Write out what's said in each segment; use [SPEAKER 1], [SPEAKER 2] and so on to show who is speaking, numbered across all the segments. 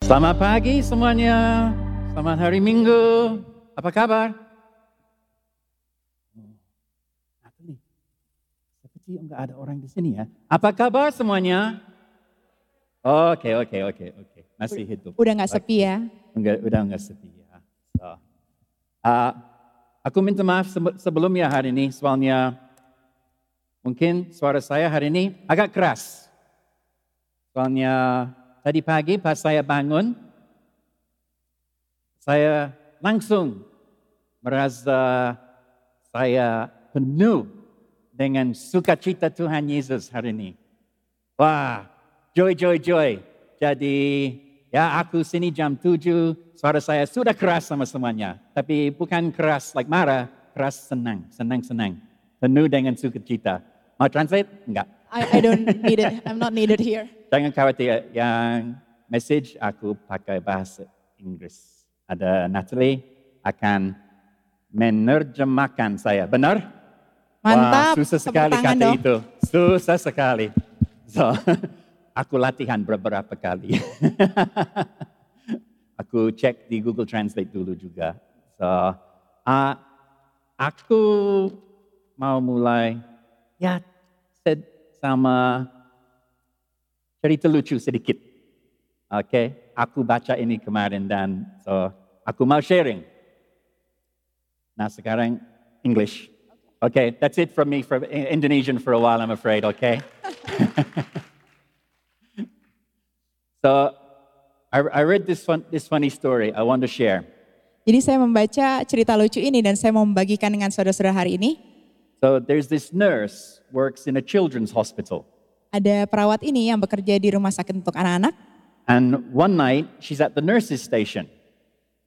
[SPEAKER 1] Selamat pagi semuanya. Selamat hari Minggu. Apa kabar? Apa nih? Seperti enggak ada orang di sini ya. Apa kabar semuanya? Oke, oke, oke, oke. Masih hidup.
[SPEAKER 2] Udah nggak sepi ya.
[SPEAKER 1] Enggak, udah enggak sepi ya. So, ah, aku minta maaf sebe- sebelumnya hari ini soalnya mungkin suara saya hari ini agak keras. Soalnya tadi pagi pas saya bangun, saya langsung merasa saya penuh dengan sukacita Tuhan Yesus hari ini. Wah, joy, joy, joy. Jadi ya aku sini jam 7, suara saya sudah keras sama semuanya. Tapi bukan keras like marah, keras senang, senang-senang. Penuh dengan sukacita. Mau translate? Enggak.
[SPEAKER 2] I, I don't need it. I'm not needed here.
[SPEAKER 1] Jangan khawatir yang message aku pakai bahasa Inggris. Ada Natalie akan menerjemahkan saya. Benar? Wah,
[SPEAKER 2] Mantap.
[SPEAKER 1] susah
[SPEAKER 2] Tepuk
[SPEAKER 1] sekali
[SPEAKER 2] tangan
[SPEAKER 1] kata
[SPEAKER 2] dong.
[SPEAKER 1] itu. Susah sekali. So, aku latihan beberapa kali. aku cek di Google Translate dulu juga. So, ah, aku mau mulai ya sed- sama cerita lucu sedikit. Oke, aku baca ini kemarin dan so aku mau sharing. Nah sekarang English. Okay, that's it from me for in- Indonesian for a while, I'm afraid, okay? so I, I read this, fun, this funny story I want to share.
[SPEAKER 2] Jadi saya membaca cerita lucu ini dan saya mau membagikan dengan saudara-saudara hari ini.
[SPEAKER 1] So there's this nurse works in a children's hospital.
[SPEAKER 2] Ada perawat ini yang bekerja di rumah sakit untuk anak-anak
[SPEAKER 1] And one night she's at the nurse's station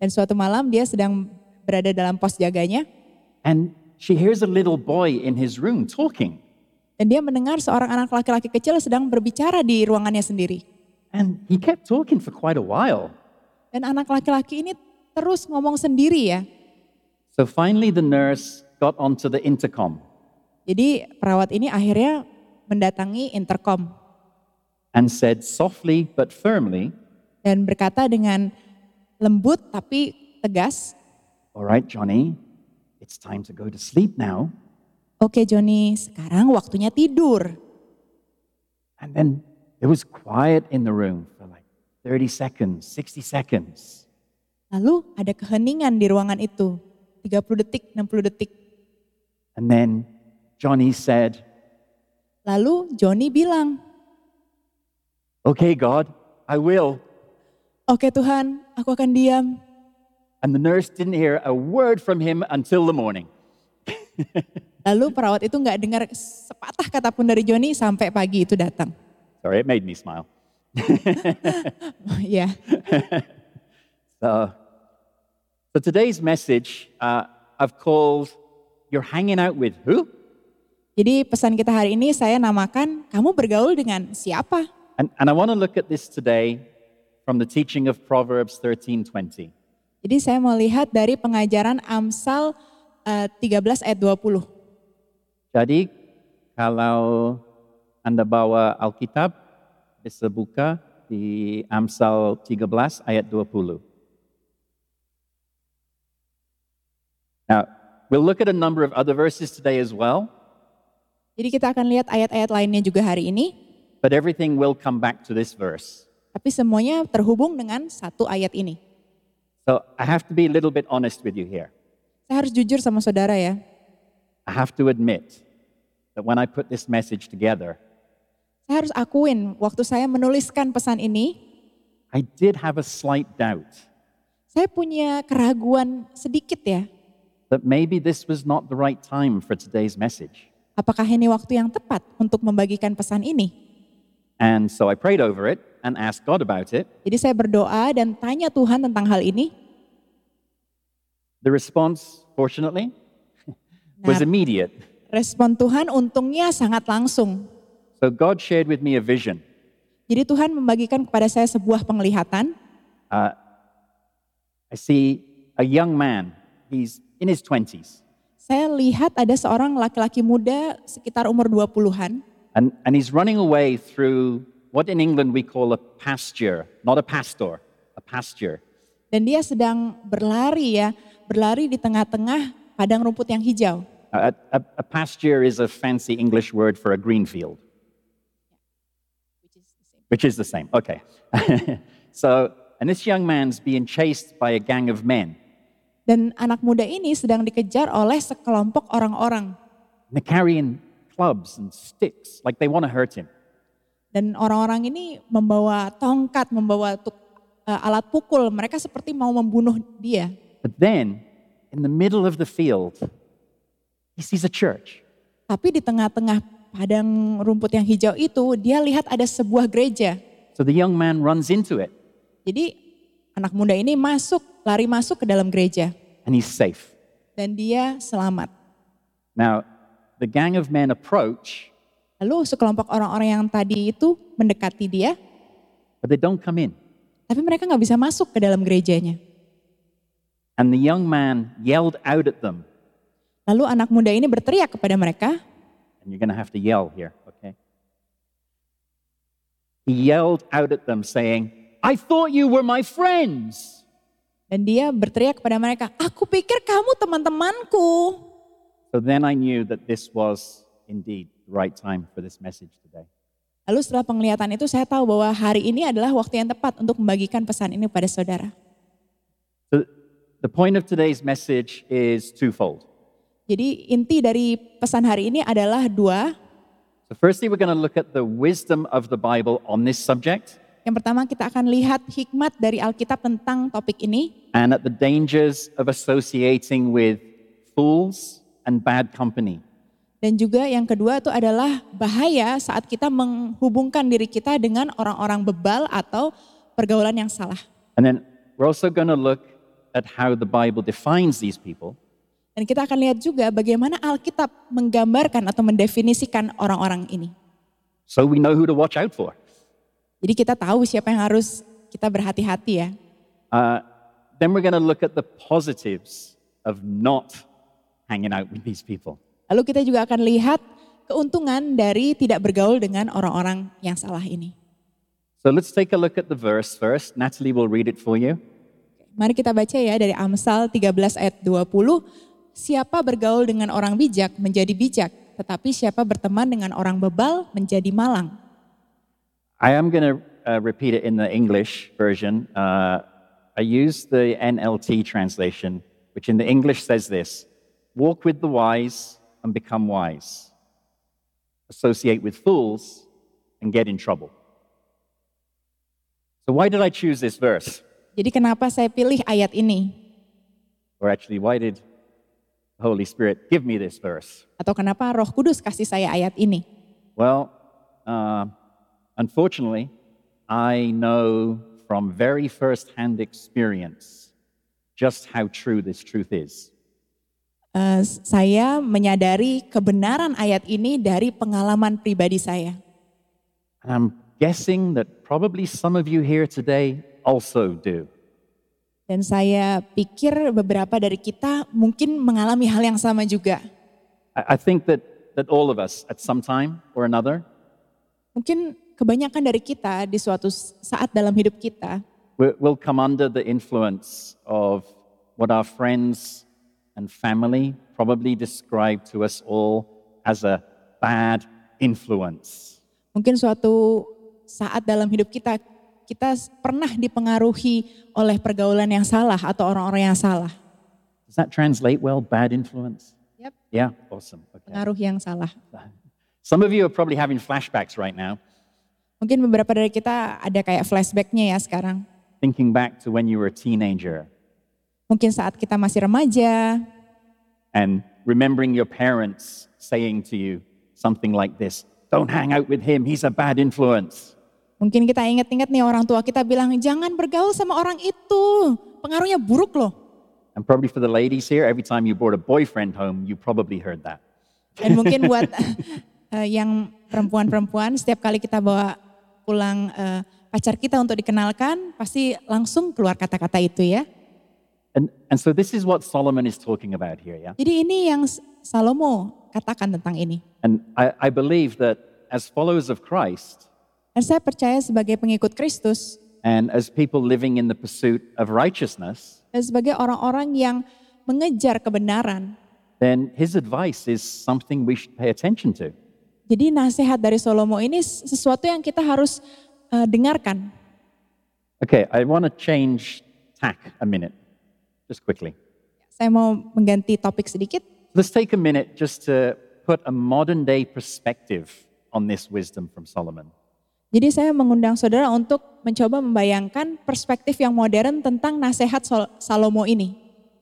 [SPEAKER 2] dan suatu malam dia sedang berada dalam pos jaganya
[SPEAKER 1] and she hears a little boy in his room talking.
[SPEAKER 2] dan dia mendengar seorang anak laki-laki kecil sedang berbicara di ruangannya sendiri.
[SPEAKER 1] And he kept talking for quite a while.
[SPEAKER 2] Dan anak laki-laki ini terus ngomong sendiri ya.
[SPEAKER 1] So finally the nurse got onto the intercom
[SPEAKER 2] Jadi perawat ini akhirnya mendatangi intercom
[SPEAKER 1] and said softly but firmly,
[SPEAKER 2] dan berkata dengan lembut tapi tegas,
[SPEAKER 1] All right, Johnny, it's time to go to sleep now.
[SPEAKER 2] "Oke Joni, sekarang waktunya tidur."
[SPEAKER 1] And then it was quiet in the room for like 30 seconds, 60 seconds.
[SPEAKER 2] Lalu ada keheningan di ruangan itu, 30 detik, 60 detik.
[SPEAKER 1] And then Johnny said,
[SPEAKER 2] Lalu Joni bilang,
[SPEAKER 1] Okay, God, I will.
[SPEAKER 2] "Oke Tuhan, aku akan diam."
[SPEAKER 1] And the nurse didn't hear a word from him until the morning.
[SPEAKER 2] Lalu perawat itu nggak dengar sepatah kata pun dari Joni sampai pagi itu datang.
[SPEAKER 1] Sorry, it made me smile.
[SPEAKER 2] ya,
[SPEAKER 1] So, so today's message uh, I've called You're Hanging Out with Who?
[SPEAKER 2] jadi pesan kita hari ini saya namakan kamu bergaul dengan siapa?
[SPEAKER 1] And, and I want to look at this today from the teaching of Proverbs 13 20.
[SPEAKER 2] Jadi saya mau lihat dari pengajaran Amsal eh, 13 ayat 20.
[SPEAKER 1] Jadi kalau Anda bawa Alkitab, bisa buka di Amsal 13 ayat 20. Now, we'll look at a number of other verses today as well,
[SPEAKER 2] Jadi kita akan lihat ayat-ayat lainnya juga hari ini,
[SPEAKER 1] but everything will come back to this verse.
[SPEAKER 2] tapi semuanya terhubung dengan satu ayat ini.
[SPEAKER 1] So I have to be a little bit honest with you here.
[SPEAKER 2] Saya harus jujur sama saudara ya.
[SPEAKER 1] I have to admit that when I put this message together,
[SPEAKER 2] Saya harus akuin, waktu saya menuliskan pesan ini,
[SPEAKER 1] I did have a slight doubt
[SPEAKER 2] saya punya keraguan sedikit ya.
[SPEAKER 1] that maybe this was not the right time for today's message.
[SPEAKER 2] Apakah ini waktu yang tepat untuk membagikan pesan ini?
[SPEAKER 1] And so I prayed over it and asked God about it.
[SPEAKER 2] Jadi saya berdoa dan tanya Tuhan tentang hal ini.
[SPEAKER 1] The response, fortunately, was
[SPEAKER 2] Nah,
[SPEAKER 1] immediate.
[SPEAKER 2] respon Tuhan untungnya sangat langsung.
[SPEAKER 1] So God shared with me a vision.
[SPEAKER 2] Jadi Tuhan membagikan kepada saya sebuah penglihatan.
[SPEAKER 1] Uh, I see a young man, he's in his 20s,
[SPEAKER 2] Saya lihat ada seorang laki-laki muda sekitar umur 20-an.
[SPEAKER 1] and, and he's running away through what in England we call a pasture, not a pastor. a pasture.
[SPEAKER 2] Dan dia sedang berlari ya, berlari di tengah-tengah padang rumput yang hijau.
[SPEAKER 1] A, a- a pasture is a fancy English word for a green field,
[SPEAKER 2] Which is the same.
[SPEAKER 1] which is the same. Okay. so, and this young man's being chased by a gang of men.
[SPEAKER 2] Dan anak muda ini sedang dikejar oleh sekelompok orang-orang.
[SPEAKER 1] And they're carrying clubs and sticks, like they want to hurt him.
[SPEAKER 2] Dan orang-orang ini membawa tongkat, membawa tuk- eh, alat pukul. Mereka seperti mau membunuh dia.
[SPEAKER 1] But then, in the middle of the field, he sees a church.
[SPEAKER 2] Tapi di tengah-tengah padang rumput yang hijau itu, dia lihat ada sebuah gereja.
[SPEAKER 1] So the young man runs into it
[SPEAKER 2] Jadi anak muda ini masuk, lari masuk ke dalam gereja.
[SPEAKER 1] and he's safe.
[SPEAKER 2] Dan dia selamat.
[SPEAKER 1] Now, the gang of men approach,
[SPEAKER 2] Lalu sekelompok orang-orang yang tadi itu mendekati dia,
[SPEAKER 1] but they don't come in.
[SPEAKER 2] tapi mereka nggak bisa masuk ke dalam gerejanya.
[SPEAKER 1] And the young man yelled out at them,
[SPEAKER 2] Lalu anak muda ini berteriak kepada mereka,
[SPEAKER 1] and you're going to have to yell here, okay? He yelled out at them, saying, I thought you were my friends.
[SPEAKER 2] dan dia berteriak kepada mereka, aku pikir kamu teman-temanku.
[SPEAKER 1] So then I knew that this was indeed the right time for this message today.
[SPEAKER 2] Lalu setelah penglihatan itu saya tahu bahwa hari ini adalah waktu yang tepat untuk membagikan pesan ini pada saudara.
[SPEAKER 1] So the point of today's message is twofold.
[SPEAKER 2] Jadi inti dari pesan hari ini adalah dua.
[SPEAKER 1] So, firstly, we're going to look at the wisdom of the Bible on this subject
[SPEAKER 2] Yang pertama kita akan lihat hikmat dari Alkitab tentang topik ini
[SPEAKER 1] and at the dangers of associating with fools and bad company.
[SPEAKER 2] dan juga yang kedua itu adalah bahaya saat kita menghubungkan diri kita dengan orang-orang bebal atau pergaulan yang salah.
[SPEAKER 1] And then we're also going to look at how the Bible defines these people
[SPEAKER 2] Dan kita akan lihat juga bagaimana Alkitab menggambarkan atau mendefinisikan orang-orang ini.
[SPEAKER 1] so we know who to watch out for.
[SPEAKER 2] Jadi kita tahu siapa yang harus kita berhati-hati ya.
[SPEAKER 1] Uh, then we're going to look at the positives of not hanging out with these people.
[SPEAKER 2] Lalu kita juga akan lihat keuntungan dari tidak bergaul dengan orang-orang yang salah ini.
[SPEAKER 1] So let's take a look at the verse first. Natalie will read it for you.
[SPEAKER 2] Mari kita baca ya dari Amsal 13 ayat 20. Siapa bergaul dengan orang bijak menjadi bijak, tetapi siapa berteman dengan orang bebal menjadi malang.
[SPEAKER 1] I am going to uh, repeat it in the English version. Uh, I use the NLT translation, which in the English says this Walk with the wise and become wise, associate with fools and get in trouble. So, why did I choose this verse?
[SPEAKER 2] Jadi kenapa saya pilih ayat ini?
[SPEAKER 1] Or actually, why did the Holy Spirit give me this verse?
[SPEAKER 2] Atau kenapa roh kudus kasih saya ayat ini?
[SPEAKER 1] Well, uh, unfortunately, I know from very first-hand experience just how true this truth is.
[SPEAKER 2] Eh, saya menyadari kebenaran ayat ini dari pengalaman pribadi saya.
[SPEAKER 1] And I'm guessing that probably some of you here today also do.
[SPEAKER 2] Dan saya pikir beberapa dari kita mungkin mengalami hal yang sama juga.
[SPEAKER 1] I, I think that, that all of us at some time or another,
[SPEAKER 2] Mungkin kebanyakan dari kita di suatu saat dalam hidup kita
[SPEAKER 1] we- will come under the influence of what our friends and family probably describe to us all as a bad influence.
[SPEAKER 2] Mungkin suatu saat dalam hidup kita, kita pernah dipengaruhi oleh pergaulan yang salah atau orang-orang yang salah.
[SPEAKER 1] Does that translate well? Bad influence?
[SPEAKER 2] Yep.
[SPEAKER 1] Yeah, awesome. Okay.
[SPEAKER 2] Pengaruh yang salah.
[SPEAKER 1] Some of you are probably having flashbacks right now,
[SPEAKER 2] Mungkin beberapa dari kita ada kayak flashbacknya ya sekarang.
[SPEAKER 1] thinking back to when you were a teenager
[SPEAKER 2] Mungkin saat kita masih remaja
[SPEAKER 1] and remembering your parents saying to you something like this Don't hang out with him, he's a bad influence.
[SPEAKER 2] Mungkin kita ingat-ingat nih orang tua kita bilang, jangan bergaul sama orang itu, pengaruhnya buruk loh.
[SPEAKER 1] And probably for the ladies here, every time you brought a boyfriend home, you probably heard that.
[SPEAKER 2] Dan mungkin buat eh, yang perempuan-perempuan, setiap kali kita bawa pulang eh, pacar kita untuk dikenalkan, pasti langsung keluar kata-kata itu ya.
[SPEAKER 1] And, and so this is what Solomon is talking about here, yeah?
[SPEAKER 2] Jadi ini yang S- Salomo katakan tentang ini.
[SPEAKER 1] And I, I believe that as followers of Christ,
[SPEAKER 2] Dan saya percaya sebagai pengikut Kristus,
[SPEAKER 1] And as people living in the pursuit of righteousness,
[SPEAKER 2] Dan sebagai orang-orang yang mengejar kebenaran.
[SPEAKER 1] then his advice is something we should pay attention to.
[SPEAKER 2] Jadi nasihat dari Salomo ini sesuatu yang kita harus eh, dengarkan.
[SPEAKER 1] Okay, I want to change tack a minute, just quickly.
[SPEAKER 2] Saya mau mengganti topik sedikit.
[SPEAKER 1] Let's take a minute just to put a modern day perspective on this wisdom from Solomon.
[SPEAKER 2] Jadi saya mengundang saudara untuk mencoba membayangkan perspektif yang modern tentang nasihat Sol- Salomo ini.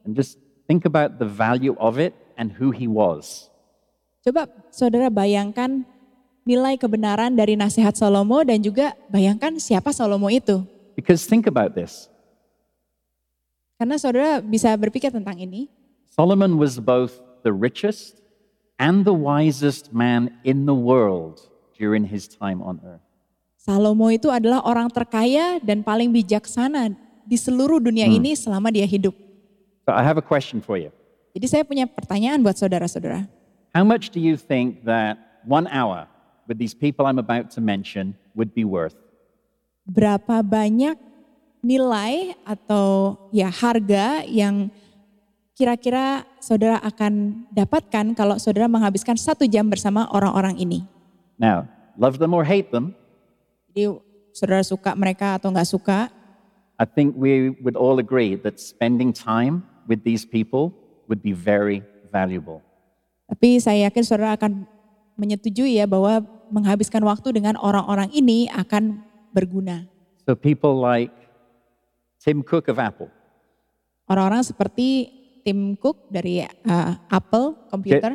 [SPEAKER 1] And just think about the value of it and who he was.
[SPEAKER 2] Coba saudara bayangkan nilai kebenaran dari nasihat Salomo dan juga bayangkan siapa Salomo itu.
[SPEAKER 1] Because think about this
[SPEAKER 2] Karena saudara bisa berpikir tentang ini.
[SPEAKER 1] Solomon was both the richest and the wisest man in the world during his time on earth.
[SPEAKER 2] Salomo itu adalah orang terkaya dan paling bijaksana di seluruh dunia ini selama dia hidup.
[SPEAKER 1] So I have a question for you.
[SPEAKER 2] Jadi saya punya pertanyaan buat saudara-saudara.
[SPEAKER 1] How much do you think that one hour with these people I'm about to mention would be worth?
[SPEAKER 2] Berapa banyak nilai atau ya harga yang kira-kira saudara akan dapatkan kalau saudara menghabiskan satu jam bersama orang-orang ini?
[SPEAKER 1] Now, love them or hate them,
[SPEAKER 2] Jadi saudara suka mereka atau nggak suka,
[SPEAKER 1] I think we would all agree that spending time with these people would be very valuable.
[SPEAKER 2] tapi saya yakin saudara akan menyetujui ya bahwa menghabiskan waktu dengan orang-orang ini akan berguna.
[SPEAKER 1] So people like Tim Cook of Apple,
[SPEAKER 2] Orang-orang seperti Tim Cook dari uh, Apple
[SPEAKER 1] Je-
[SPEAKER 2] Computer,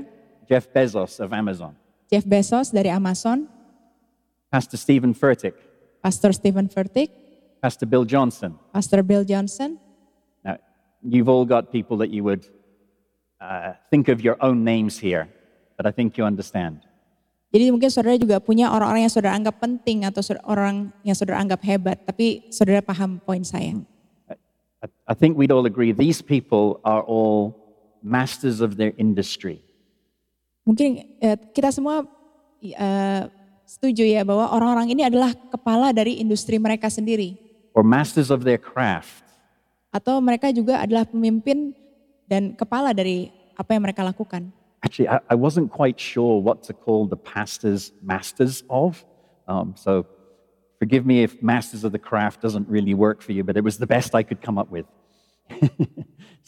[SPEAKER 1] Jeff Bezos of Amazon,
[SPEAKER 2] Jeff Bezos dari Amazon,
[SPEAKER 1] Pastor Stephen Furtick,
[SPEAKER 2] Pastor Stephen Furtick,
[SPEAKER 1] Pastor Bill Johnson.
[SPEAKER 2] Pastor Bill Johnson.
[SPEAKER 1] Now, you've all got people that you would uh, think of your own names here, but I think you understand.
[SPEAKER 2] Jadi mungkin saudara juga punya orang-orang yang saudara anggap penting atau saudara- orang yang saudara anggap hebat, tapi saudara paham poin saya.
[SPEAKER 1] I- I think we'd all agree these people are all masters of their industry.
[SPEAKER 2] Mungkin eh, kita semua eh, setuju ya bahwa orang-orang ini adalah kepala dari industri mereka sendiri
[SPEAKER 1] or masters of their craft.
[SPEAKER 2] atau mereka juga adalah pemimpin dan kepala dari apa yang mereka lakukan.
[SPEAKER 1] Actually, I, I wasn't quite sure what to call the pastors masters of. Um, so forgive me if masters of the craft doesn't really work for you, but it was the best I could come up with.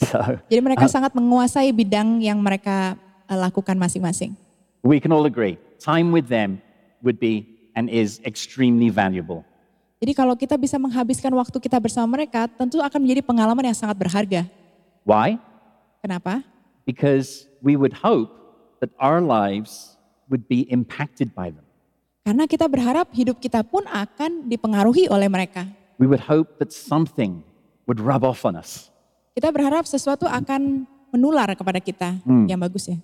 [SPEAKER 1] so
[SPEAKER 2] Jadi mereka sangat menguasai bidang yang mereka eh, lakukan masing-masing.
[SPEAKER 1] we can all agree time with them would be and is extremely valuable.
[SPEAKER 2] Jadi kalau kita bisa menghabiskan waktu kita bersama mereka, tentu akan menjadi pengalaman yang sangat berharga.
[SPEAKER 1] Why?
[SPEAKER 2] Kenapa?
[SPEAKER 1] Because we would hope that our lives would be impacted by them.
[SPEAKER 2] Karena kita berharap hidup kita pun akan dipengaruhi oleh mereka.
[SPEAKER 1] We would hope that something would rub off on us.
[SPEAKER 2] Kita berharap sesuatu akan menular kepada kita yang bagus ya.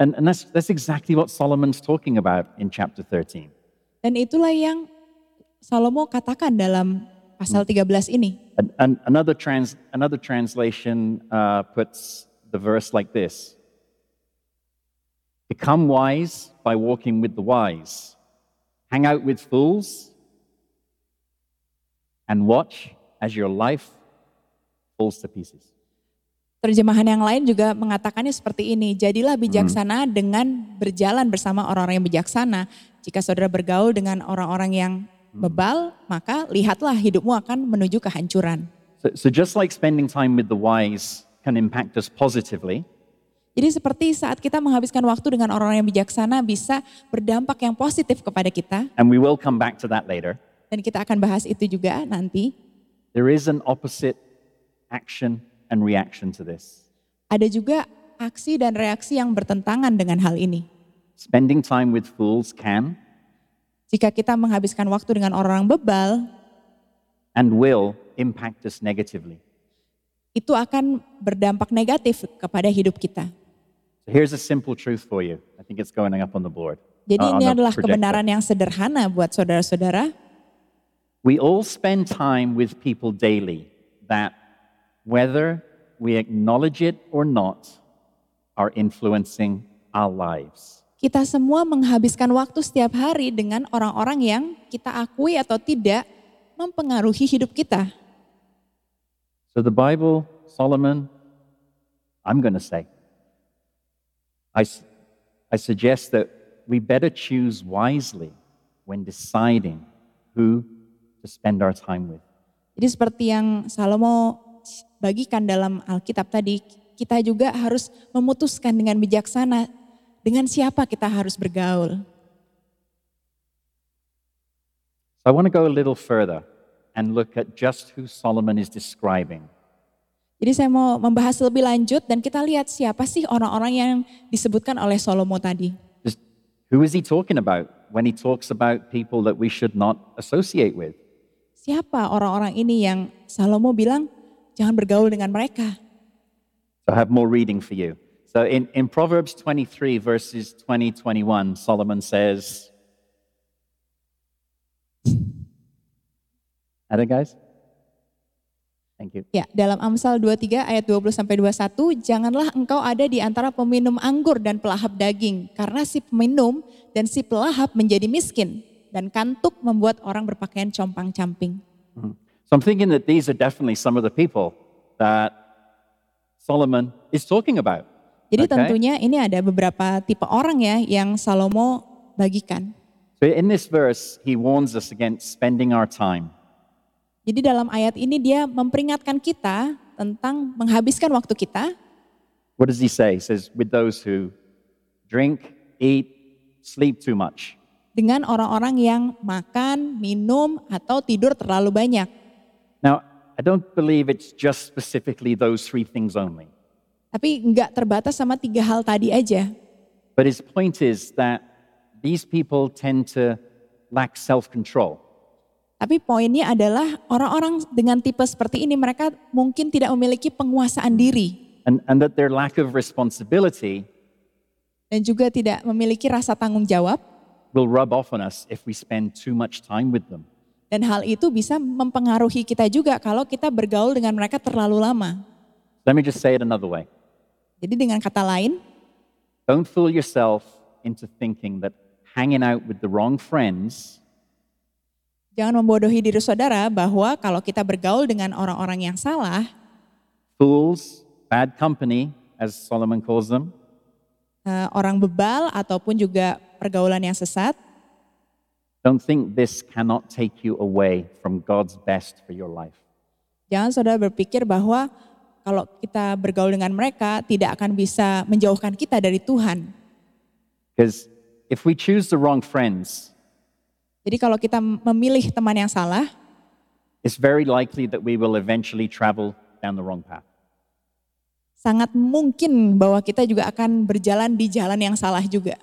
[SPEAKER 1] And, and that's, that's exactly what Solomon's talking about in chapter 13.
[SPEAKER 2] Dan itulah yang Salomo katakan dalam pasal 13 ini.
[SPEAKER 1] And, and another, trans, another translation uh, puts the verse like this Become wise by walking with the wise, hang out with fools, and watch as your life falls to pieces.
[SPEAKER 2] Terjemahan yang lain juga mengatakannya seperti ini. Jadilah bijaksana dengan berjalan bersama orang-orang yang bijaksana. Jika saudara bergaul dengan orang-orang yang bebal, maka lihatlah hidupmu akan menuju kehancuran.
[SPEAKER 1] So, so just like spending time with the wise can impact us positively,
[SPEAKER 2] Jadi seperti saat kita menghabiskan waktu dengan orang yang bijaksana bisa berdampak yang positif kepada kita
[SPEAKER 1] and we will come back to that later.
[SPEAKER 2] dan kita akan bahas itu juga nanti.
[SPEAKER 1] There is an opposite action and reaction to this.
[SPEAKER 2] Ada juga aksi dan reaksi yang bertentangan dengan hal ini.
[SPEAKER 1] Spending time with fools can
[SPEAKER 2] Jika kita menghabiskan waktu dengan orang bebal,
[SPEAKER 1] and will impact us negatively.
[SPEAKER 2] itu akan berdampak negatif kepada hidup kita.
[SPEAKER 1] So here's a simple truth for you. I think it's going up on the board.
[SPEAKER 2] Jadi
[SPEAKER 1] uh, on
[SPEAKER 2] ini
[SPEAKER 1] the
[SPEAKER 2] adalah
[SPEAKER 1] projector.
[SPEAKER 2] kebenaran yang sederhana buat saudara-saudara.
[SPEAKER 1] We all spend time with people daily that, whether we acknowledge it or not, are influencing our lives.
[SPEAKER 2] Kita semua menghabiskan waktu setiap hari dengan orang-orang yang kita akui atau tidak mempengaruhi hidup kita.
[SPEAKER 1] So the Bible, Solomon, I'm going to say, I, s- I suggest that we better choose wisely when deciding who to spend our time with.
[SPEAKER 2] Jadi seperti yang Salomo bagikan dalam Alkitab tadi, kita juga harus memutuskan dengan bijaksana dengan siapa kita harus bergaul.
[SPEAKER 1] So I want to go a little further and look at just who Solomon is describing.
[SPEAKER 2] Jadi saya mau membahas lebih lanjut dan kita lihat siapa sih orang-orang yang disebutkan oleh Salomo tadi.
[SPEAKER 1] Just who is he talking about when he talks about people that we should not associate with?
[SPEAKER 2] Siapa orang-orang ini yang Salomo bilang jangan bergaul dengan mereka.
[SPEAKER 1] So I have more reading for you. So in, in Proverbs 23, verses 20, 21, Solomon says, Ada guys? Thank you.
[SPEAKER 2] Ya, dalam Amsal 23 ayat 20 sampai 21, janganlah engkau ada di antara peminum anggur dan pelahap daging, karena si peminum dan si pelahap menjadi miskin dan kantuk membuat orang berpakaian compang-camping.
[SPEAKER 1] So I'm thinking that these are definitely some of the people that Solomon is talking about.
[SPEAKER 2] Jadi
[SPEAKER 1] Okay.
[SPEAKER 2] tentunya ini ada beberapa tipe orang ya yang Salomo bagikan.
[SPEAKER 1] So in this verse, he warns us against spending our time.
[SPEAKER 2] Jadi dalam ayat ini dia memperingatkan kita tentang menghabiskan waktu kita
[SPEAKER 1] What does he say? He says, with those who drink, eat, sleep too much.
[SPEAKER 2] dengan orang-orang yang makan, minum, atau tidur terlalu banyak.
[SPEAKER 1] Now, I don't believe it's just specifically those three things only.
[SPEAKER 2] Tapi nggak terbatas sama tiga hal tadi aja.
[SPEAKER 1] But his point is that these people tend to lack self control.
[SPEAKER 2] Tapi poinnya adalah orang-orang dengan tipe seperti ini mereka mungkin tidak memiliki penguasaan diri
[SPEAKER 1] And, and that their lack of responsibility
[SPEAKER 2] dan juga tidak memiliki rasa tanggung jawab
[SPEAKER 1] will rub off on us if we spend too much time with them.
[SPEAKER 2] dan hal itu bisa mempengaruhi kita juga kalau kita bergaul dengan mereka terlalu lama.
[SPEAKER 1] Let me just say it another way
[SPEAKER 2] Jadi dengan kata lain,
[SPEAKER 1] don't fool yourself into thinking that hanging out with the wrong friends
[SPEAKER 2] jangan membodohi diri saudara bahwa kalau kita bergaul dengan orang-orang yang salah,
[SPEAKER 1] fools, bad company, as Solomon calls them,
[SPEAKER 2] eh, orang bebal ataupun juga pergaulan yang sesat,
[SPEAKER 1] don't think this cannot take you away from God's best for your life.
[SPEAKER 2] Jangan saudara berpikir bahwa kalau kita bergaul dengan mereka tidak akan bisa menjauhkan kita dari Tuhan.
[SPEAKER 1] Because if we choose the wrong friends,
[SPEAKER 2] Jadi kalau kita memilih teman yang salah,
[SPEAKER 1] it's very likely that we will eventually travel down the wrong path.
[SPEAKER 2] sangat mungkin bahwa kita juga akan berjalan di jalan yang salah juga.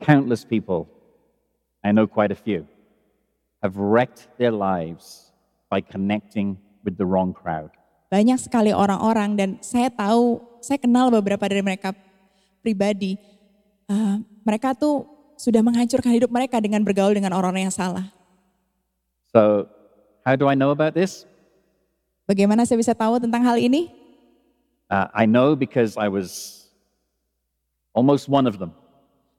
[SPEAKER 1] Countless people, I know quite a few, have wrecked their lives by connecting with the wrong crowd.
[SPEAKER 2] Banyak sekali orang-orang dan saya tahu, saya kenal beberapa dari mereka pribadi. Eh, mereka tuh sudah menghancurkan hidup mereka dengan bergaul dengan orang-orang yang salah.
[SPEAKER 1] So, how do I know about this?
[SPEAKER 2] Bagaimana saya bisa tahu tentang hal ini?
[SPEAKER 1] Uh, I know because I was almost one of them.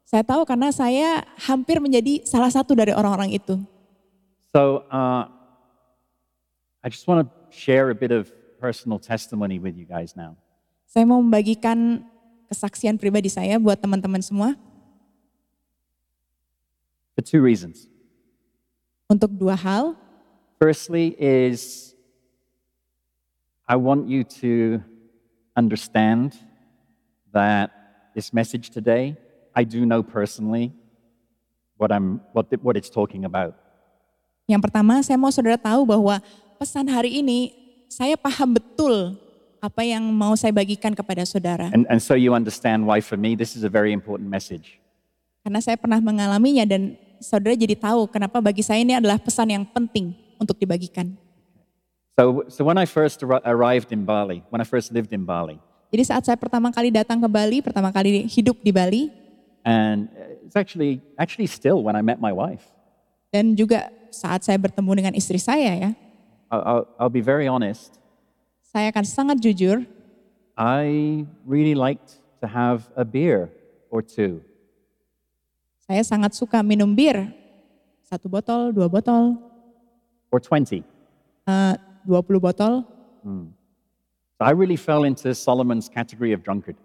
[SPEAKER 2] Saya tahu karena saya hampir menjadi salah satu dari orang-orang itu.
[SPEAKER 1] So, uh, I just want to share a bit of personal testimony with you guys now.
[SPEAKER 2] Saya mau membagikan kesaksian pribadi saya buat teman-teman semua
[SPEAKER 1] for two reasons.
[SPEAKER 2] untuk dua hal.
[SPEAKER 1] Firstly, is I want you to understand that this message today, I do know personally what, I'm, what, it- what it's talking about.
[SPEAKER 2] Yang pertama, saya mau saudara tahu bahwa pesan hari ini saya paham betul apa yang mau saya bagikan kepada saudara.
[SPEAKER 1] And, and so you understand why, for me, this is a very important message.
[SPEAKER 2] Karena saya pernah mengalaminya dan saudara jadi tahu kenapa bagi saya ini adalah pesan yang penting untuk dibagikan.
[SPEAKER 1] So, so when I first arri- arrived in Bali, when I first lived in Bali,
[SPEAKER 2] Jadi saat saya pertama kali datang ke Bali, pertama kali hidup di Bali,
[SPEAKER 1] and it's actually, actually still when I met my wife,
[SPEAKER 2] dan juga saat saya bertemu dengan istri saya ya,
[SPEAKER 1] I'll, I'll, I'll be very honest,
[SPEAKER 2] saya akan sangat jujur,
[SPEAKER 1] I really liked to have a beer or two.
[SPEAKER 2] Saya sangat suka minum bir satu botol, dua botol,
[SPEAKER 1] or 20.
[SPEAKER 2] eh, 20 botol.
[SPEAKER 1] So I really fell into Solomon's category of drunkard.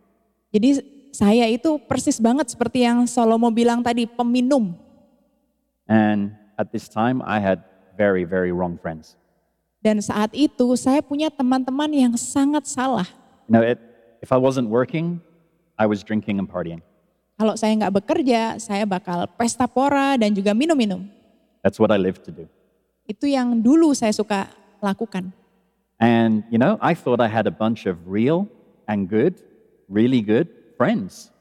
[SPEAKER 2] Jadi saya itu persis banget seperti yang Salomo bilang tadi, peminum.
[SPEAKER 1] And at this time, I had very, very wrong friends.
[SPEAKER 2] Dan saat itu saya punya teman-teman yang sangat salah.
[SPEAKER 1] You know, it, if I wasn't working, I was drinking and partying.
[SPEAKER 2] Kalau saya nggak bekerja, saya bakal pesta pora dan juga minum-minum.
[SPEAKER 1] That's what I lived to do.
[SPEAKER 2] Itu yang dulu saya suka lakukan.
[SPEAKER 1] And, you know, I thought I had a bunch of real and good, really good friends.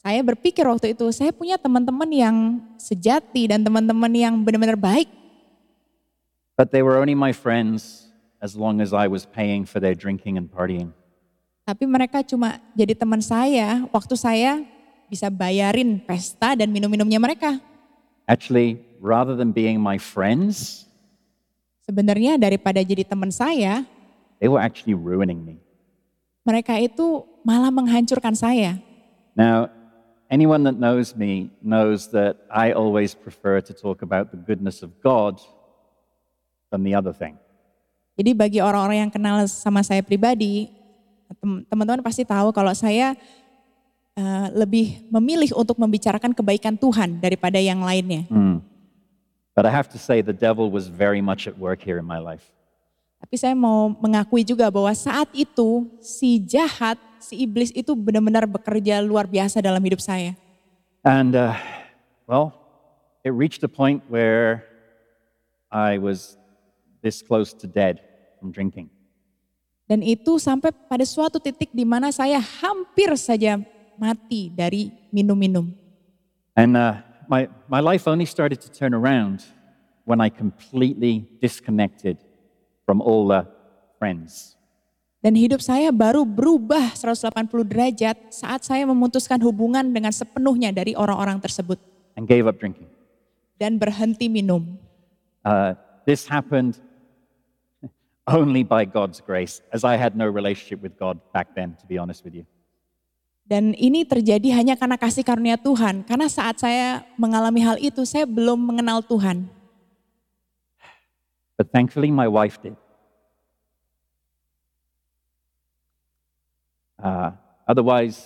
[SPEAKER 2] Saya berpikir waktu itu, saya punya teman-teman yang sejati dan teman-teman yang benar-benar baik.
[SPEAKER 1] But they were only my friends as long as I was paying for their drinking and partying.
[SPEAKER 2] Tapi mereka cuma jadi teman saya waktu saya bisa bayarin pesta dan minum-minumnya mereka.
[SPEAKER 1] Actually, rather than being my friends,
[SPEAKER 2] Sebenarnya daripada jadi teman saya,
[SPEAKER 1] they were actually ruining me.
[SPEAKER 2] mereka itu malah menghancurkan saya.
[SPEAKER 1] Now, anyone that knows me knows that I always prefer to talk about the goodness of God than the other thing.
[SPEAKER 2] Jadi bagi orang-orang yang kenal sama saya pribadi, tem- teman-teman pasti tahu kalau saya eh, lebih memilih untuk membicarakan kebaikan Tuhan daripada yang lainnya.
[SPEAKER 1] But I have to say, the devil was very much at work here in my life.
[SPEAKER 2] Tapi saya mau mengakui juga bahwa saat itu si jahat, si iblis itu benar-benar bekerja luar biasa dalam hidup saya.
[SPEAKER 1] And, uh, well, it reached a point where I was this close to dead from drinking.
[SPEAKER 2] Dan itu sampai pada suatu titik di mana saya hampir saja mati dari minum-minum.
[SPEAKER 1] And uh, my, my life only started to turn around when I completely disconnected from all the friends.
[SPEAKER 2] Dan hidup saya baru berubah 180 derajat saat saya memutuskan hubungan dengan sepenuhnya dari orang-orang tersebut
[SPEAKER 1] and gave up drinking.
[SPEAKER 2] dan berhenti minum.
[SPEAKER 1] Uh, this happened only by God's grace, as I had no relationship with God back then, to be honest with you.
[SPEAKER 2] Dan ini terjadi hanya karena kasih karunia Tuhan. Karena saat saya mengalami hal itu, saya belum mengenal Tuhan.
[SPEAKER 1] But thankfully, my wife did. Uh, otherwise,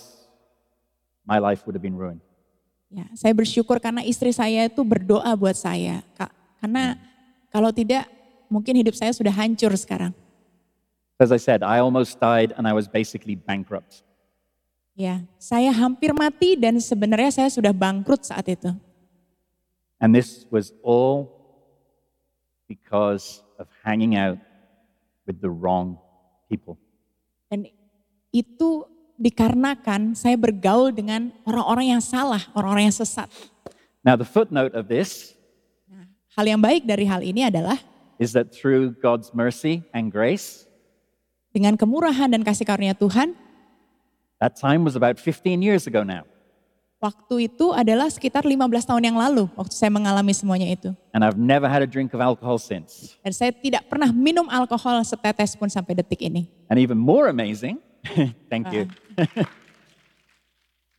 [SPEAKER 1] my life would have been ruined.
[SPEAKER 2] Ya, saya bersyukur karena istri saya itu berdoa buat saya. Kak. Karena kalau tidak, mungkin hidup saya sudah hancur sekarang.
[SPEAKER 1] As I said, I almost died and I was basically bankrupt.
[SPEAKER 2] Ya, saya hampir mati dan sebenarnya saya sudah bangkrut saat itu.
[SPEAKER 1] And this was all because of hanging out with the wrong people.
[SPEAKER 2] Dan itu dikarenakan saya bergaul dengan orang-orang yang salah, orang-orang yang sesat.
[SPEAKER 1] Now, the footnote of this
[SPEAKER 2] Hal yang baik dari hal ini adalah
[SPEAKER 1] is that through God's mercy and grace,
[SPEAKER 2] dengan kemurahan dan kasih karunia Tuhan,
[SPEAKER 1] that time was about 15 years ago now,
[SPEAKER 2] waktu itu adalah sekitar 15 tahun yang lalu waktu saya mengalami semuanya itu.
[SPEAKER 1] and I've never had a drink of alcohol since.
[SPEAKER 2] Dan saya tidak pernah minum alkohol setetes pun sampai detik ini.
[SPEAKER 1] And even more amazing, thank you,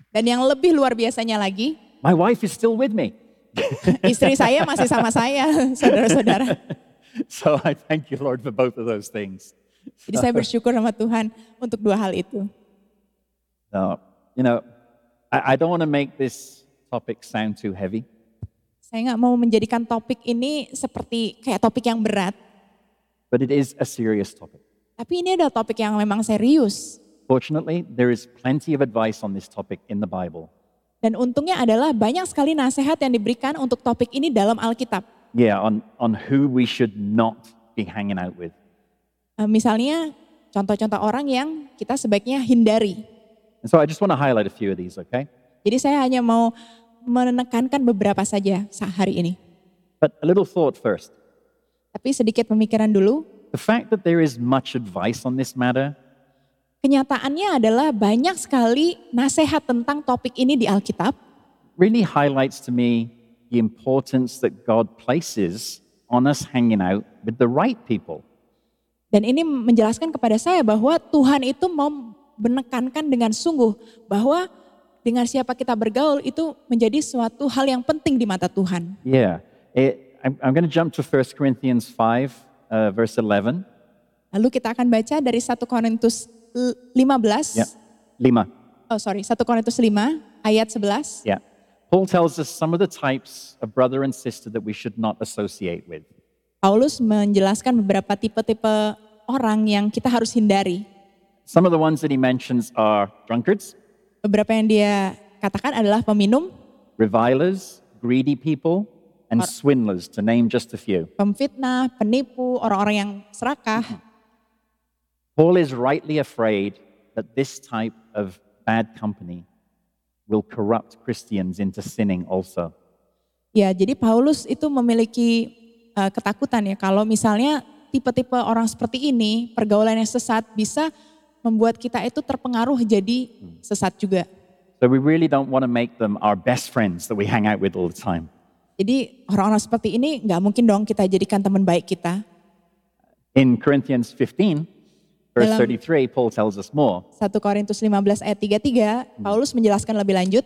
[SPEAKER 2] Dan yang lebih luar biasanya lagi,
[SPEAKER 1] my wife is still with me.
[SPEAKER 2] istri saya masih sama saya, saudara-saudara.
[SPEAKER 1] So I thank you, Lord, for both of those things.
[SPEAKER 2] Jadi saya bersyukur sama Tuhan untuk dua hal itu.
[SPEAKER 1] Now, you know, I, I don't want to make this topic sound too heavy,
[SPEAKER 2] Saya nggak mau menjadikan topik ini seperti kayak topik yang berat,
[SPEAKER 1] but it is a serious topic.
[SPEAKER 2] tapi ini adalah topik yang memang serius.
[SPEAKER 1] Fortunately, there is plenty of advice on this topic in the Bible.
[SPEAKER 2] Dan untungnya adalah banyak sekali nasihat yang diberikan untuk topik ini dalam Alkitab.
[SPEAKER 1] Yeah, on, on who we should not be hanging out with.
[SPEAKER 2] Eh, Misalnya contoh-contoh orang yang kita sebaiknya hindari.
[SPEAKER 1] And so I just want to highlight a few of these, okay?
[SPEAKER 2] Jadi saya hanya mau menekankan beberapa saja sa- hari ini.
[SPEAKER 1] But a little thought first.
[SPEAKER 2] Tapi sedikit pemikiran dulu.
[SPEAKER 1] The fact that there is much advice on this matter
[SPEAKER 2] Kenyataannya adalah banyak sekali nasihat tentang topik ini di Alkitab.
[SPEAKER 1] really highlights to me the importance that God places on us hanging out with the right people.
[SPEAKER 2] Dan ini menjelaskan kepada saya bahwa Tuhan itu mau menekankan dengan sungguh bahwa dengan siapa kita bergaul itu menjadi suatu hal yang penting di mata Tuhan.
[SPEAKER 1] Yeah. It, I'm, I'm going to jump to 1 Corinthians 5, uh, verse 11.
[SPEAKER 2] Lalu kita akan baca dari 1 Korintus l- 15.
[SPEAKER 1] Yeah. Lima.
[SPEAKER 2] Oh sorry, 1 Korintus 5 ayat 11.
[SPEAKER 1] Yeah. Paul tells us some of the types of brother and sister that we should not associate with.
[SPEAKER 2] Paulus menjelaskan beberapa tipe-tipe orang yang kita harus hindari.
[SPEAKER 1] Some of the ones that he mentions are drunkards,
[SPEAKER 2] Beberapa yang dia katakan adalah peminum,
[SPEAKER 1] revilers, greedy people, and swindlers, to name just a few.
[SPEAKER 2] pemfitnah, penipu, orang-orang yang serakah.
[SPEAKER 1] Paul is rightly afraid that this type of bad company will corrupt Christians into sinning also.
[SPEAKER 2] Ya, jadi Paulus itu memiliki eh, ketakutan ya kalau misalnya tipe-tipe orang seperti ini, pergaulan yang sesat bisa membuat kita itu terpengaruh jadi sesat juga.
[SPEAKER 1] So we really don't want to make them our best friends that we hang out with all the time.
[SPEAKER 2] Jadi orang-orang seperti ini nggak mungkin dong kita jadikan teman baik kita.
[SPEAKER 1] In Corinthians 15, verse
[SPEAKER 2] Dalam-
[SPEAKER 1] 33, Paul tells us more.
[SPEAKER 2] 1 Korintus 15 ayat 33, Paulus menjelaskan lebih lanjut,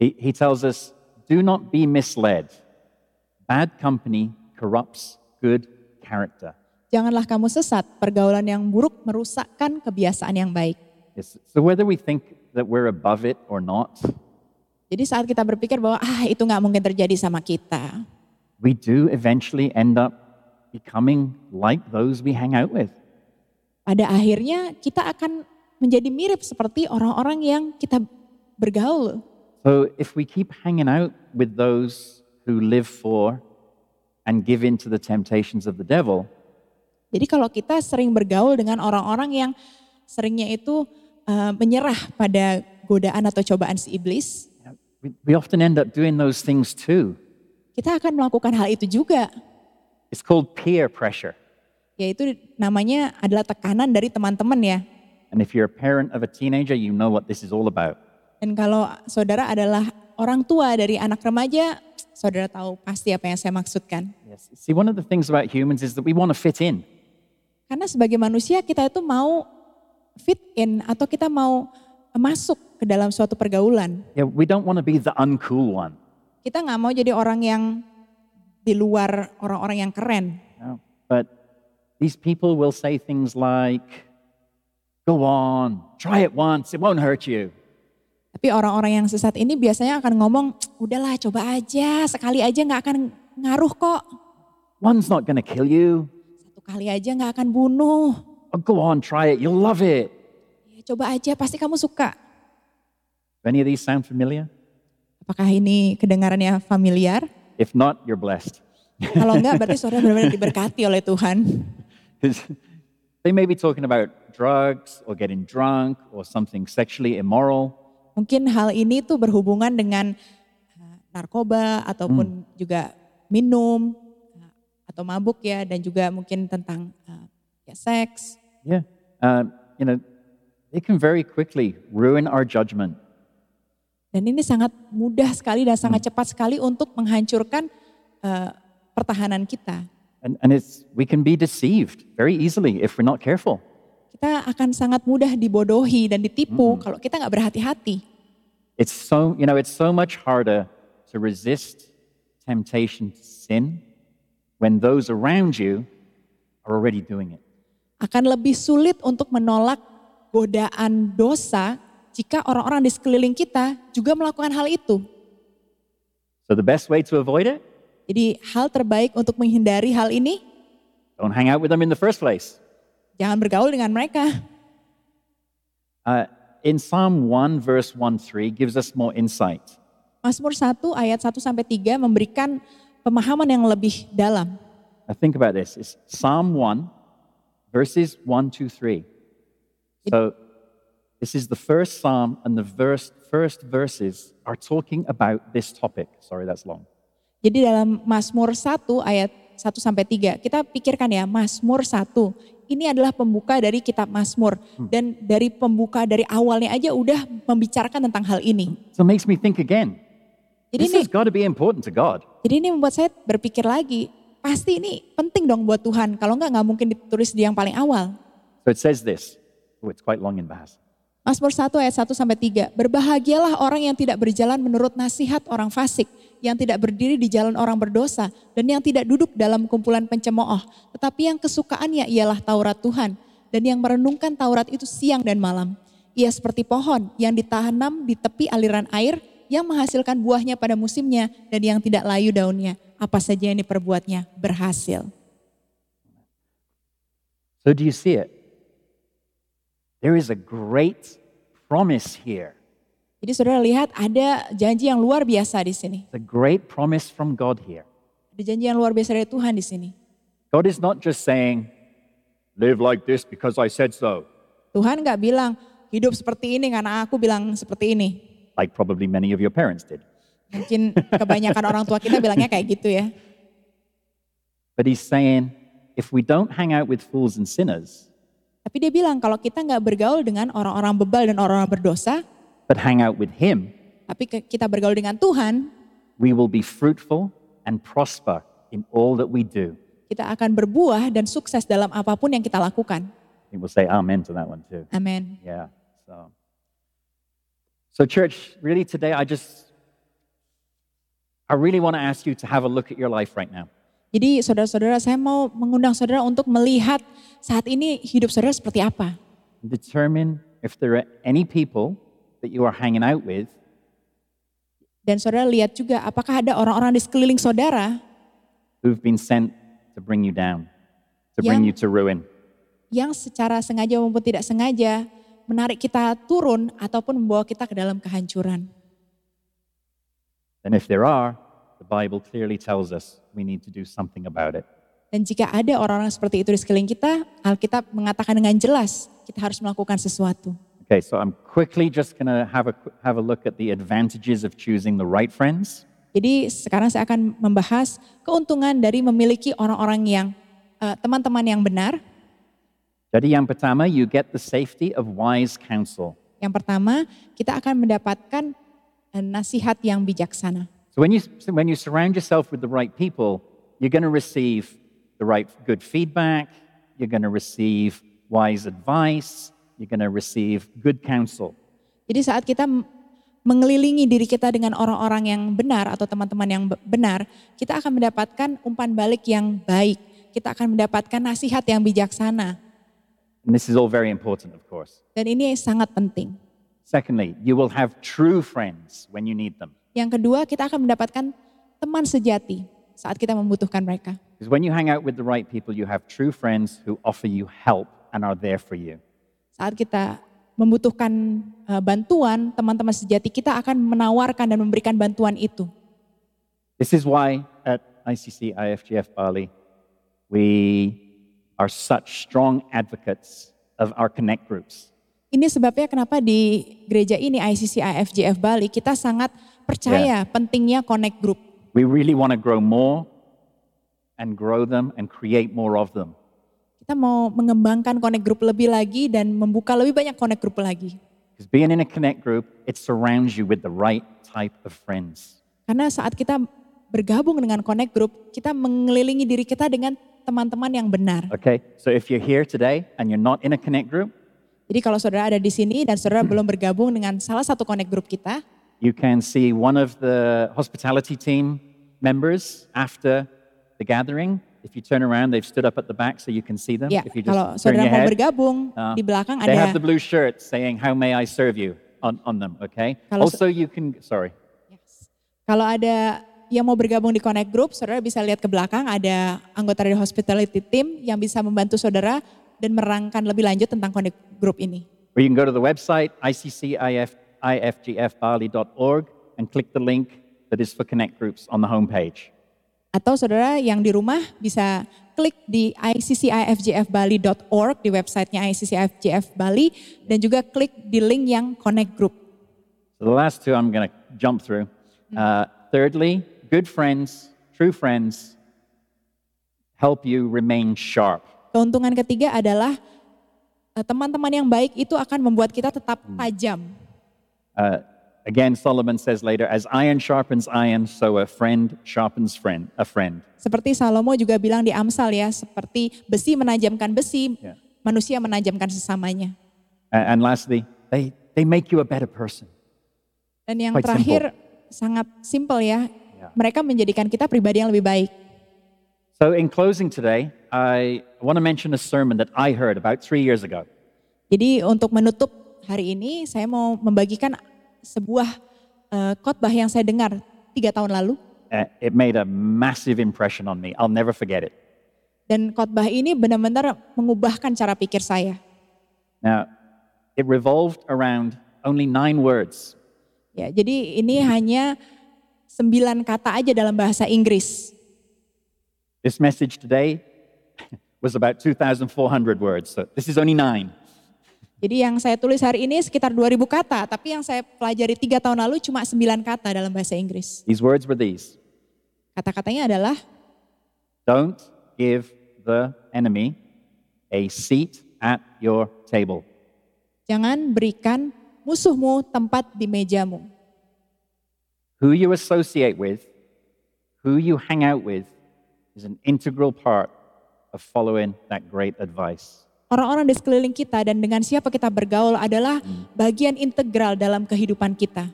[SPEAKER 1] He, he tells us, do not be misled. Bad company corrupts good character.
[SPEAKER 2] janganlah kamu sesat, pergaulan yang buruk merusakkan kebiasaan yang baik.
[SPEAKER 1] Yes. So whether we think that we're above it or not,
[SPEAKER 2] Jadi saat kita berpikir bahwa ah itu nggak mungkin terjadi sama kita,
[SPEAKER 1] we do eventually end up becoming like those we hang out with.
[SPEAKER 2] pada akhirnya kita akan menjadi mirip seperti orang-orang yang kita bergaul.
[SPEAKER 1] So if we keep hanging out with those who live for and give in to the temptations of the devil,
[SPEAKER 2] Jadi kalau kita sering bergaul dengan orang-orang yang seringnya itu eh, menyerah pada godaan atau cobaan si iblis,
[SPEAKER 1] we, we often end up doing those things too.
[SPEAKER 2] kita akan melakukan hal itu juga.
[SPEAKER 1] It's called peer pressure.
[SPEAKER 2] Yaitu namanya adalah tekanan dari teman-teman ya.
[SPEAKER 1] And if you're a parent of a teenager, you know what this is all about.
[SPEAKER 2] Dan kalau saudara adalah orang tua dari anak remaja, saudara tahu pasti apa yang saya maksudkan.
[SPEAKER 1] Yes. See, one of the things about humans is that we want to fit in.
[SPEAKER 2] Karena sebagai manusia kita itu mau fit in atau kita mau masuk ke dalam suatu pergaulan.
[SPEAKER 1] Yeah, we don't want to be the uncool one.
[SPEAKER 2] Kita nggak mau jadi orang yang di luar orang-orang yang keren.
[SPEAKER 1] No. But these people will say things like, go on, try it once, it won't hurt you.
[SPEAKER 2] Tapi orang-orang yang sesat ini biasanya akan ngomong, udahlah coba aja, sekali aja nggak akan ngaruh kok.
[SPEAKER 1] One's not going to kill you.
[SPEAKER 2] Satu kali aja nggak akan bunuh.
[SPEAKER 1] Oh, go on, try it, you'll love it.
[SPEAKER 2] Ya, coba aja, pasti kamu suka.
[SPEAKER 1] Do any of these sound familiar?
[SPEAKER 2] Apakah ini kedengarannya familiar?
[SPEAKER 1] If not, you're blessed.
[SPEAKER 2] Kalau enggak berarti saudara benar-benar diberkati oleh Tuhan.
[SPEAKER 1] 'Cause they may be talking about drugs or getting drunk or something sexually immoral.
[SPEAKER 2] Mungkin hal ini tuh berhubungan dengan eh, narkoba ataupun juga minum eh, atau mabuk ya dan juga mungkin tentang eh, ya seks.
[SPEAKER 1] Yeah. Um, you know, they can very quickly ruin our judgment
[SPEAKER 2] Dan ini sangat mudah sekali dan sangat cepat sekali untuk menghancurkan eh, pertahanan kita.
[SPEAKER 1] And, and it's, we can be deceived very easily if we're not careful.
[SPEAKER 2] Kita akan sangat mudah dibodohi dan ditipu kalau kita nggak berhati-hati.
[SPEAKER 1] It's so, you know, it's so much harder to resist temptation to sin when those around you are already doing it.
[SPEAKER 2] akan lebih sulit untuk menolak godaan dosa jika orang-orang di sekeliling kita juga melakukan hal itu.
[SPEAKER 1] So the best way to avoid it,
[SPEAKER 2] Jadi hal terbaik untuk menghindari hal ini,
[SPEAKER 1] don't hang out with them in the first place.
[SPEAKER 2] jangan bergaul dengan mereka.
[SPEAKER 1] Uh, in Psalm 1, verse 1 3 gives us more insight.
[SPEAKER 2] Mazmur 1 ayat 1 sampai 3 memberikan pemahaman yang lebih dalam.
[SPEAKER 1] Now think about this. It's Psalm 1, verses 1 to 3. So this is the first psalm, and the verse, first verses are talking about this topic. Sorry, that's long.
[SPEAKER 2] Jadi dalam Mazmur 1 ayat 1 sampai 3, kita pikirkan ya Mazmur 1. Ini adalah pembuka dari kitab Mazmur dan dari pembuka dari awalnya aja udah membicarakan tentang hal ini.
[SPEAKER 1] So it makes me think again.
[SPEAKER 2] Jadi
[SPEAKER 1] This
[SPEAKER 2] ini
[SPEAKER 1] has got to be important to God.
[SPEAKER 2] Jadi ini membuat saya berpikir lagi, pasti ini penting dong buat Tuhan. Kalau enggak, nggak mungkin ditulis di yang paling awal.
[SPEAKER 1] So it says this. Oh, it's quite long in Bahasa.
[SPEAKER 2] Mazmur 1 ayat 1 sampai 3. Berbahagialah orang yang tidak berjalan menurut nasihat orang fasik, yang tidak berdiri di jalan orang berdosa, dan yang tidak duduk dalam kumpulan pencemooh, tetapi yang kesukaannya ialah Taurat Tuhan, dan yang merenungkan Taurat itu siang dan malam. Ia seperti pohon yang ditanam di tepi aliran air, yang menghasilkan buahnya pada musimnya, dan yang tidak layu daunnya. Apa saja yang diperbuatnya berhasil.
[SPEAKER 1] So, do you see it? There is a great promise here.
[SPEAKER 2] Jadi saudara lihat ada janji yang luar biasa di sini.
[SPEAKER 1] It's a great promise from God here.
[SPEAKER 2] Ada janji yang luar biasa dari Tuhan di sini.
[SPEAKER 1] God is not just saying, live like this because I said so,
[SPEAKER 2] Tuhan nggak bilang hidup seperti ini karena aku bilang seperti ini.
[SPEAKER 1] like probably many of your parents did.
[SPEAKER 2] Mungkin kebanyakan orang tua kita bilangnya kayak gitu ya.
[SPEAKER 1] But He's saying, if we don't hang out with fools and sinners,
[SPEAKER 2] Tapi dia bilang kalau kita nggak bergaul dengan orang-orang bebal dan orang-orang berdosa,
[SPEAKER 1] but hang out with Him,
[SPEAKER 2] tapi ke- kita bergaul dengan Tuhan,
[SPEAKER 1] we will be fruitful and prosper in all that we do.
[SPEAKER 2] kita akan berbuah dan sukses dalam apapun yang kita lakukan.
[SPEAKER 1] I think we'll say amen to that one too.
[SPEAKER 2] Amin.
[SPEAKER 1] Yeah. So, so church, really today, I just, I really want to ask you to have a look at your life right now.
[SPEAKER 2] Jadi saudara-saudara saya mau mengundang saudara untuk melihat saat ini hidup saudara seperti apa.
[SPEAKER 1] and Determine if there are any people that you are hanging out with
[SPEAKER 2] Dan saudara lihat juga apakah ada orang-orang di sekeliling saudara
[SPEAKER 1] who've been sent to bring you down, to bring
[SPEAKER 2] Yeah.
[SPEAKER 1] you to ruin.
[SPEAKER 2] yang secara sengaja maupun tidak sengaja menarik kita turun ataupun membawa kita ke dalam kehancuran.
[SPEAKER 1] And if there are, the Bible clearly tells us we need to do something about it.
[SPEAKER 2] Dan jika ada orang-orang seperti itu di sekeliling kita, Alkitab mengatakan dengan jelas kita harus melakukan sesuatu.
[SPEAKER 1] Okay, so I'm quickly just going to have a, qu- have a look at the advantages of choosing the right friends.
[SPEAKER 2] Jadi sekarang saya akan membahas keuntungan dari memiliki orang-orang yang eh, teman-teman yang benar.
[SPEAKER 1] Jadi yang pertama, you get the safety of wise counsel.
[SPEAKER 2] Yang pertama, kita akan mendapatkan eh, nasihat yang bijaksana.
[SPEAKER 1] So when you, so when you surround yourself with the right people, you're going to receive the right good feedback, you're going to receive wise advice, you're going to receive good counsel.
[SPEAKER 2] Jadi saat kita m- mengelilingi diri kita dengan orang-orang yang benar atau teman-teman yang be- benar, kita akan mendapatkan umpan balik yang baik. Kita akan mendapatkan nasihat yang bijaksana.
[SPEAKER 1] And this is all very important, of course.
[SPEAKER 2] Dan ini sangat penting.
[SPEAKER 1] Secondly, you will have true friends when you need them.
[SPEAKER 2] Yang kedua, kita akan mendapatkan teman sejati saat kita membutuhkan mereka.
[SPEAKER 1] Because when you hang out with the right people, you have true friends who offer you help and are there for you.
[SPEAKER 2] Saat kita membutuhkan eh, bantuan, teman-teman sejati kita akan menawarkan dan memberikan bantuan itu.
[SPEAKER 1] This is why at ICC IFGF Bali, we are such strong advocates of our connect groups.
[SPEAKER 2] Ini sebabnya kenapa di gereja ini ICC IFJF Bali kita sangat percaya pentingnya connect group.
[SPEAKER 1] We really want to grow more and grow them and create more of them.
[SPEAKER 2] Kita mau mengembangkan connect group lebih lagi dan membuka lebih banyak connect group lagi.
[SPEAKER 1] Because being in a connect group, it surrounds you with the right type of friends.
[SPEAKER 2] Karena saat kita bergabung dengan connect group, kita mengelilingi diri kita dengan teman-teman yang benar.
[SPEAKER 1] Okay? So if you're here today and you're not in a connect group,
[SPEAKER 2] Jadi kalau saudara ada di sini dan saudara belum bergabung dengan salah satu connect group kita,
[SPEAKER 1] you can see one of the hospitality team members after the gathering. If you turn around, they've stood up at the back so you can see them.
[SPEAKER 2] ya
[SPEAKER 1] if you
[SPEAKER 2] kalau
[SPEAKER 1] just turn
[SPEAKER 2] saudara
[SPEAKER 1] your
[SPEAKER 2] mau
[SPEAKER 1] head,
[SPEAKER 2] bergabung
[SPEAKER 1] uh,
[SPEAKER 2] di belakang
[SPEAKER 1] they have
[SPEAKER 2] ada
[SPEAKER 1] the blue shirt saying, How may I serve you? on, on them, okay?
[SPEAKER 2] Kalau se-
[SPEAKER 1] also, you can, sorry.
[SPEAKER 2] Yes. Kalau ada yang mau bergabung di Connect Group, saudara bisa lihat ke belakang ada anggota dari hospitality team yang bisa membantu saudara dan merangkan lebih lanjut tentang Connect Group ini.
[SPEAKER 1] Or you can go to the website, iccifgfbali.org, and click the link that is for Connect Groups on the homepage.
[SPEAKER 2] Atau saudara yang di rumah bisa klik di iccifjfbali.org di websitenya ICCIFJF Bali dan juga klik di link yang Connect Group.
[SPEAKER 1] So the last two I'm going to jump through. Uh, thirdly, good friends, true friends, help you remain sharp.
[SPEAKER 2] Keuntungan ketiga adalah eh, teman-teman yang baik itu akan membuat kita tetap
[SPEAKER 1] Hmm.
[SPEAKER 2] tajam.
[SPEAKER 1] Uh, again, Solomon says later, as iron sharpens iron, so a friend sharpens friend, a friend.
[SPEAKER 2] Seperti Salomo juga bilang di Amsal ya, seperti besi menajamkan besi,
[SPEAKER 1] Ya.
[SPEAKER 2] manusia menajamkan sesamanya.
[SPEAKER 1] A- and lastly, they, they make you a better person.
[SPEAKER 2] Dan yang
[SPEAKER 1] Quite
[SPEAKER 2] terakhir sangat simpel ya, mereka menjadikan kita pribadi yang lebih baik.
[SPEAKER 1] So, in closing today, I want to mention a sermon that I heard about three years ago.
[SPEAKER 2] Jadi untuk menutup hari ini saya mau membagikan sebuah eh, khotbah yang saya dengar tiga tahun lalu
[SPEAKER 1] Uh, it made a massive impression on me. I'll never forget it.
[SPEAKER 2] dan khotbah ini benar-benar mengubahkan cara pikir saya.
[SPEAKER 1] Now, it revolved around only nine words.
[SPEAKER 2] Ya, jadi ini hanya sembilan kata aja dalam bahasa Inggris.
[SPEAKER 1] This message today was about 2,400 words. So, this is only nine.
[SPEAKER 2] Jadi yang saya tulis hari ini sekitar 2000 kata, tapi yang saya pelajari tiga tahun lalu cuma sembilan kata dalam bahasa Inggris.
[SPEAKER 1] These words were these
[SPEAKER 2] Kata-katanya adalah
[SPEAKER 1] Don't give the enemy a seat at your table.
[SPEAKER 2] jangan berikan musuhmu tempat di mejamu.
[SPEAKER 1] Who you associate with, who you hang out with, is an integral part of following that great advice.
[SPEAKER 2] Orang-orang di sekeliling kita dan dengan siapa kita bergaul adalah bagian integral dalam kehidupan kita.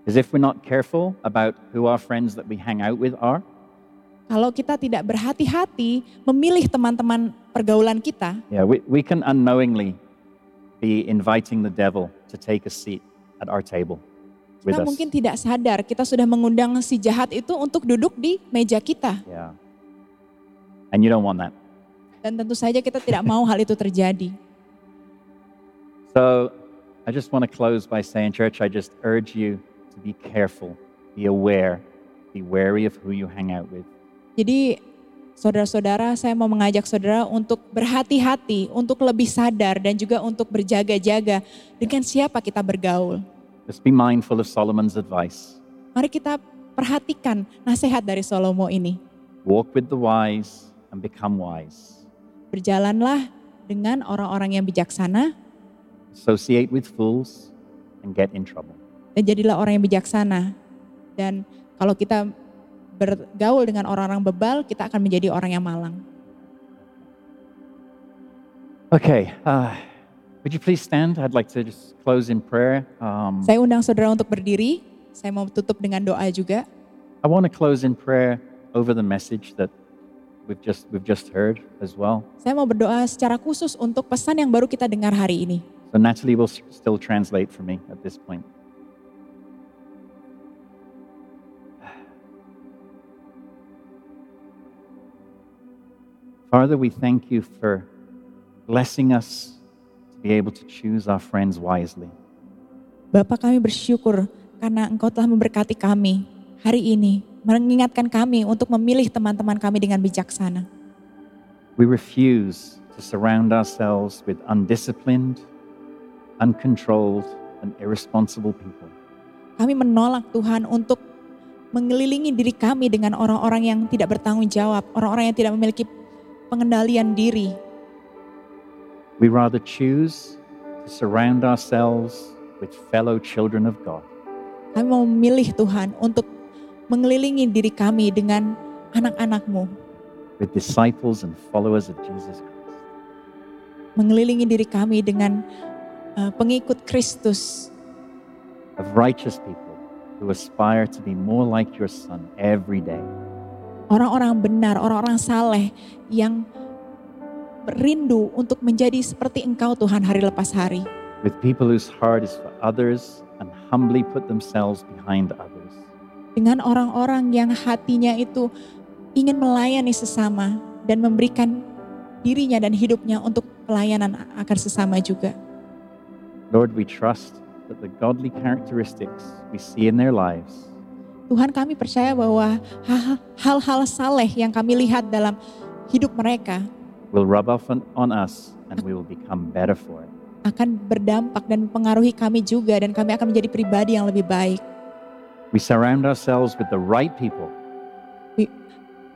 [SPEAKER 1] Because if we're not careful about who our friends that we hang out with are,
[SPEAKER 2] Kalau kita tidak berhati-hati memilih teman-teman pergaulan kita,
[SPEAKER 1] yeah, we, we can unknowingly be inviting the devil to take a seat at our table with us.
[SPEAKER 2] kita mungkin tidak sadar kita sudah mengundang si jahat itu untuk duduk di meja kita.
[SPEAKER 1] Yeah. And you don't want that.
[SPEAKER 2] Dan tentu saja kita tidak mau hal itu terjadi.
[SPEAKER 1] So I just want to close by saying, church, I just urge you to be careful, be aware, be wary of who you hang out with.
[SPEAKER 2] Jadi saudara-saudara saya mau mengajak saudara untuk berhati-hati, untuk lebih sadar dan juga untuk berjaga-jaga dengan siapa kita bergaul.
[SPEAKER 1] Just be mindful of Solomon's advice.
[SPEAKER 2] Mari kita perhatikan nasihat dari Salomo ini.
[SPEAKER 1] Walk with the wise and become wise.
[SPEAKER 2] Berjalanlah dengan orang-orang yang bijaksana
[SPEAKER 1] Associate with fools and get in trouble.
[SPEAKER 2] dan jadilah orang yang bijaksana. Dan kalau kita bergaul dengan orang-orang bebal, kita akan menjadi orang yang malang.
[SPEAKER 1] Okay. Uh, would you please stand? I'd like to just close in prayer. Um,
[SPEAKER 2] Saya undang saudara untuk berdiri. Saya mau tutup dengan doa juga.
[SPEAKER 1] I want to close in prayer over the message that we've just we've just heard as well.
[SPEAKER 2] Saya mau berdoa secara khusus untuk pesan yang baru kita dengar hari ini.
[SPEAKER 1] So Natalie will s- still translate for me at this point. Father, we thank you for blessing us to be able to choose our friends wisely.
[SPEAKER 2] Bapak kami bersyukur karena engkau telah memberkati kami hari ini. Mengingatkan kami untuk memilih teman-teman kami dengan bijaksana.
[SPEAKER 1] We refuse to surround ourselves with undisciplined, uncontrolled, and irresponsible people.
[SPEAKER 2] Kami menolak Tuhan untuk mengelilingi diri kami dengan orang-orang yang tidak bertanggung jawab, orang-orang yang tidak memiliki pengendalian diri.
[SPEAKER 1] We rather choose to surround ourselves with fellow children of God.
[SPEAKER 2] Kami mau memilih Tuhan untuk mengelilingi diri kami dengan anak-anakmu,
[SPEAKER 1] with disciples and followers of Jesus Christ.
[SPEAKER 2] mengelilingi diri kami dengan eh, pengikut Kristus,
[SPEAKER 1] Of righteous people who aspire to be more like your Son every day.
[SPEAKER 2] orang-orang benar, orang-orang saleh yang rindu untuk menjadi seperti Engkau Tuhan hari lepas hari.
[SPEAKER 1] With people whose heart is for others and humbly put themselves behind others.
[SPEAKER 2] Dengan orang-orang yang hatinya itu ingin melayani sesama dan memberikan dirinya dan hidupnya untuk pelayanan akan sesama juga.
[SPEAKER 1] Lord, we trust that the godly characteristics we see in their lives
[SPEAKER 2] Tuhan kami percaya bahwa ha- hal-hal saleh yang kami lihat dalam hidup mereka
[SPEAKER 1] will rub off on, on us and we will become better for it.
[SPEAKER 2] akan berdampak dan mempengaruhi kami juga dan kami akan menjadi pribadi yang lebih baik.
[SPEAKER 1] We surround ourselves with the right people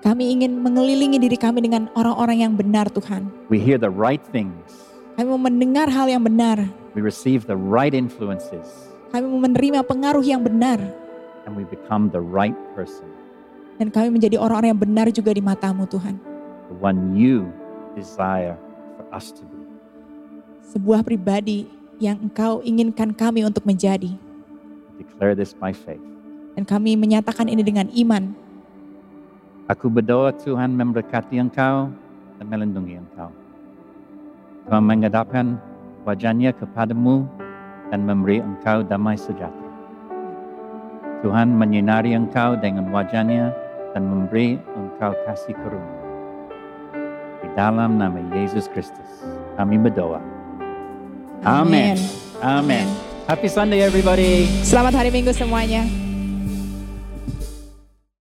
[SPEAKER 2] Kami ingin mengelilingi diri kami dengan orang-orang yang benar Tuhan.
[SPEAKER 1] we hear the right things,
[SPEAKER 2] Kami mau mendengar hal yang benar.
[SPEAKER 1] we receive the right influences,
[SPEAKER 2] Kami mau menerima pengaruh yang benar.
[SPEAKER 1] and we become the right person.
[SPEAKER 2] Dan kami menjadi orang-orang yang benar juga di matamu Tuhan.
[SPEAKER 1] the one you desire for us to be.
[SPEAKER 2] Sebuah pribadi yang engkau inginkan kami untuk menjadi.
[SPEAKER 1] Declare this by faith.
[SPEAKER 2] Dan kami menyatakan ini dengan iman.
[SPEAKER 1] Aku berdoa Tuhan memberkati engkau dan melindungi engkau. Tuhan menghadapkan wajahnya kepadamu dan memberi engkau damai sejahtera. Tuhan menyinari engkau dengan wajahnya dan memberi engkau kasih karunia. Di dalam nama Yesus Kristus, kami berdoa. Amin.
[SPEAKER 2] Amin.
[SPEAKER 1] Amen. Happy Sunday, everybody.
[SPEAKER 2] Selamat hari Minggu semuanya.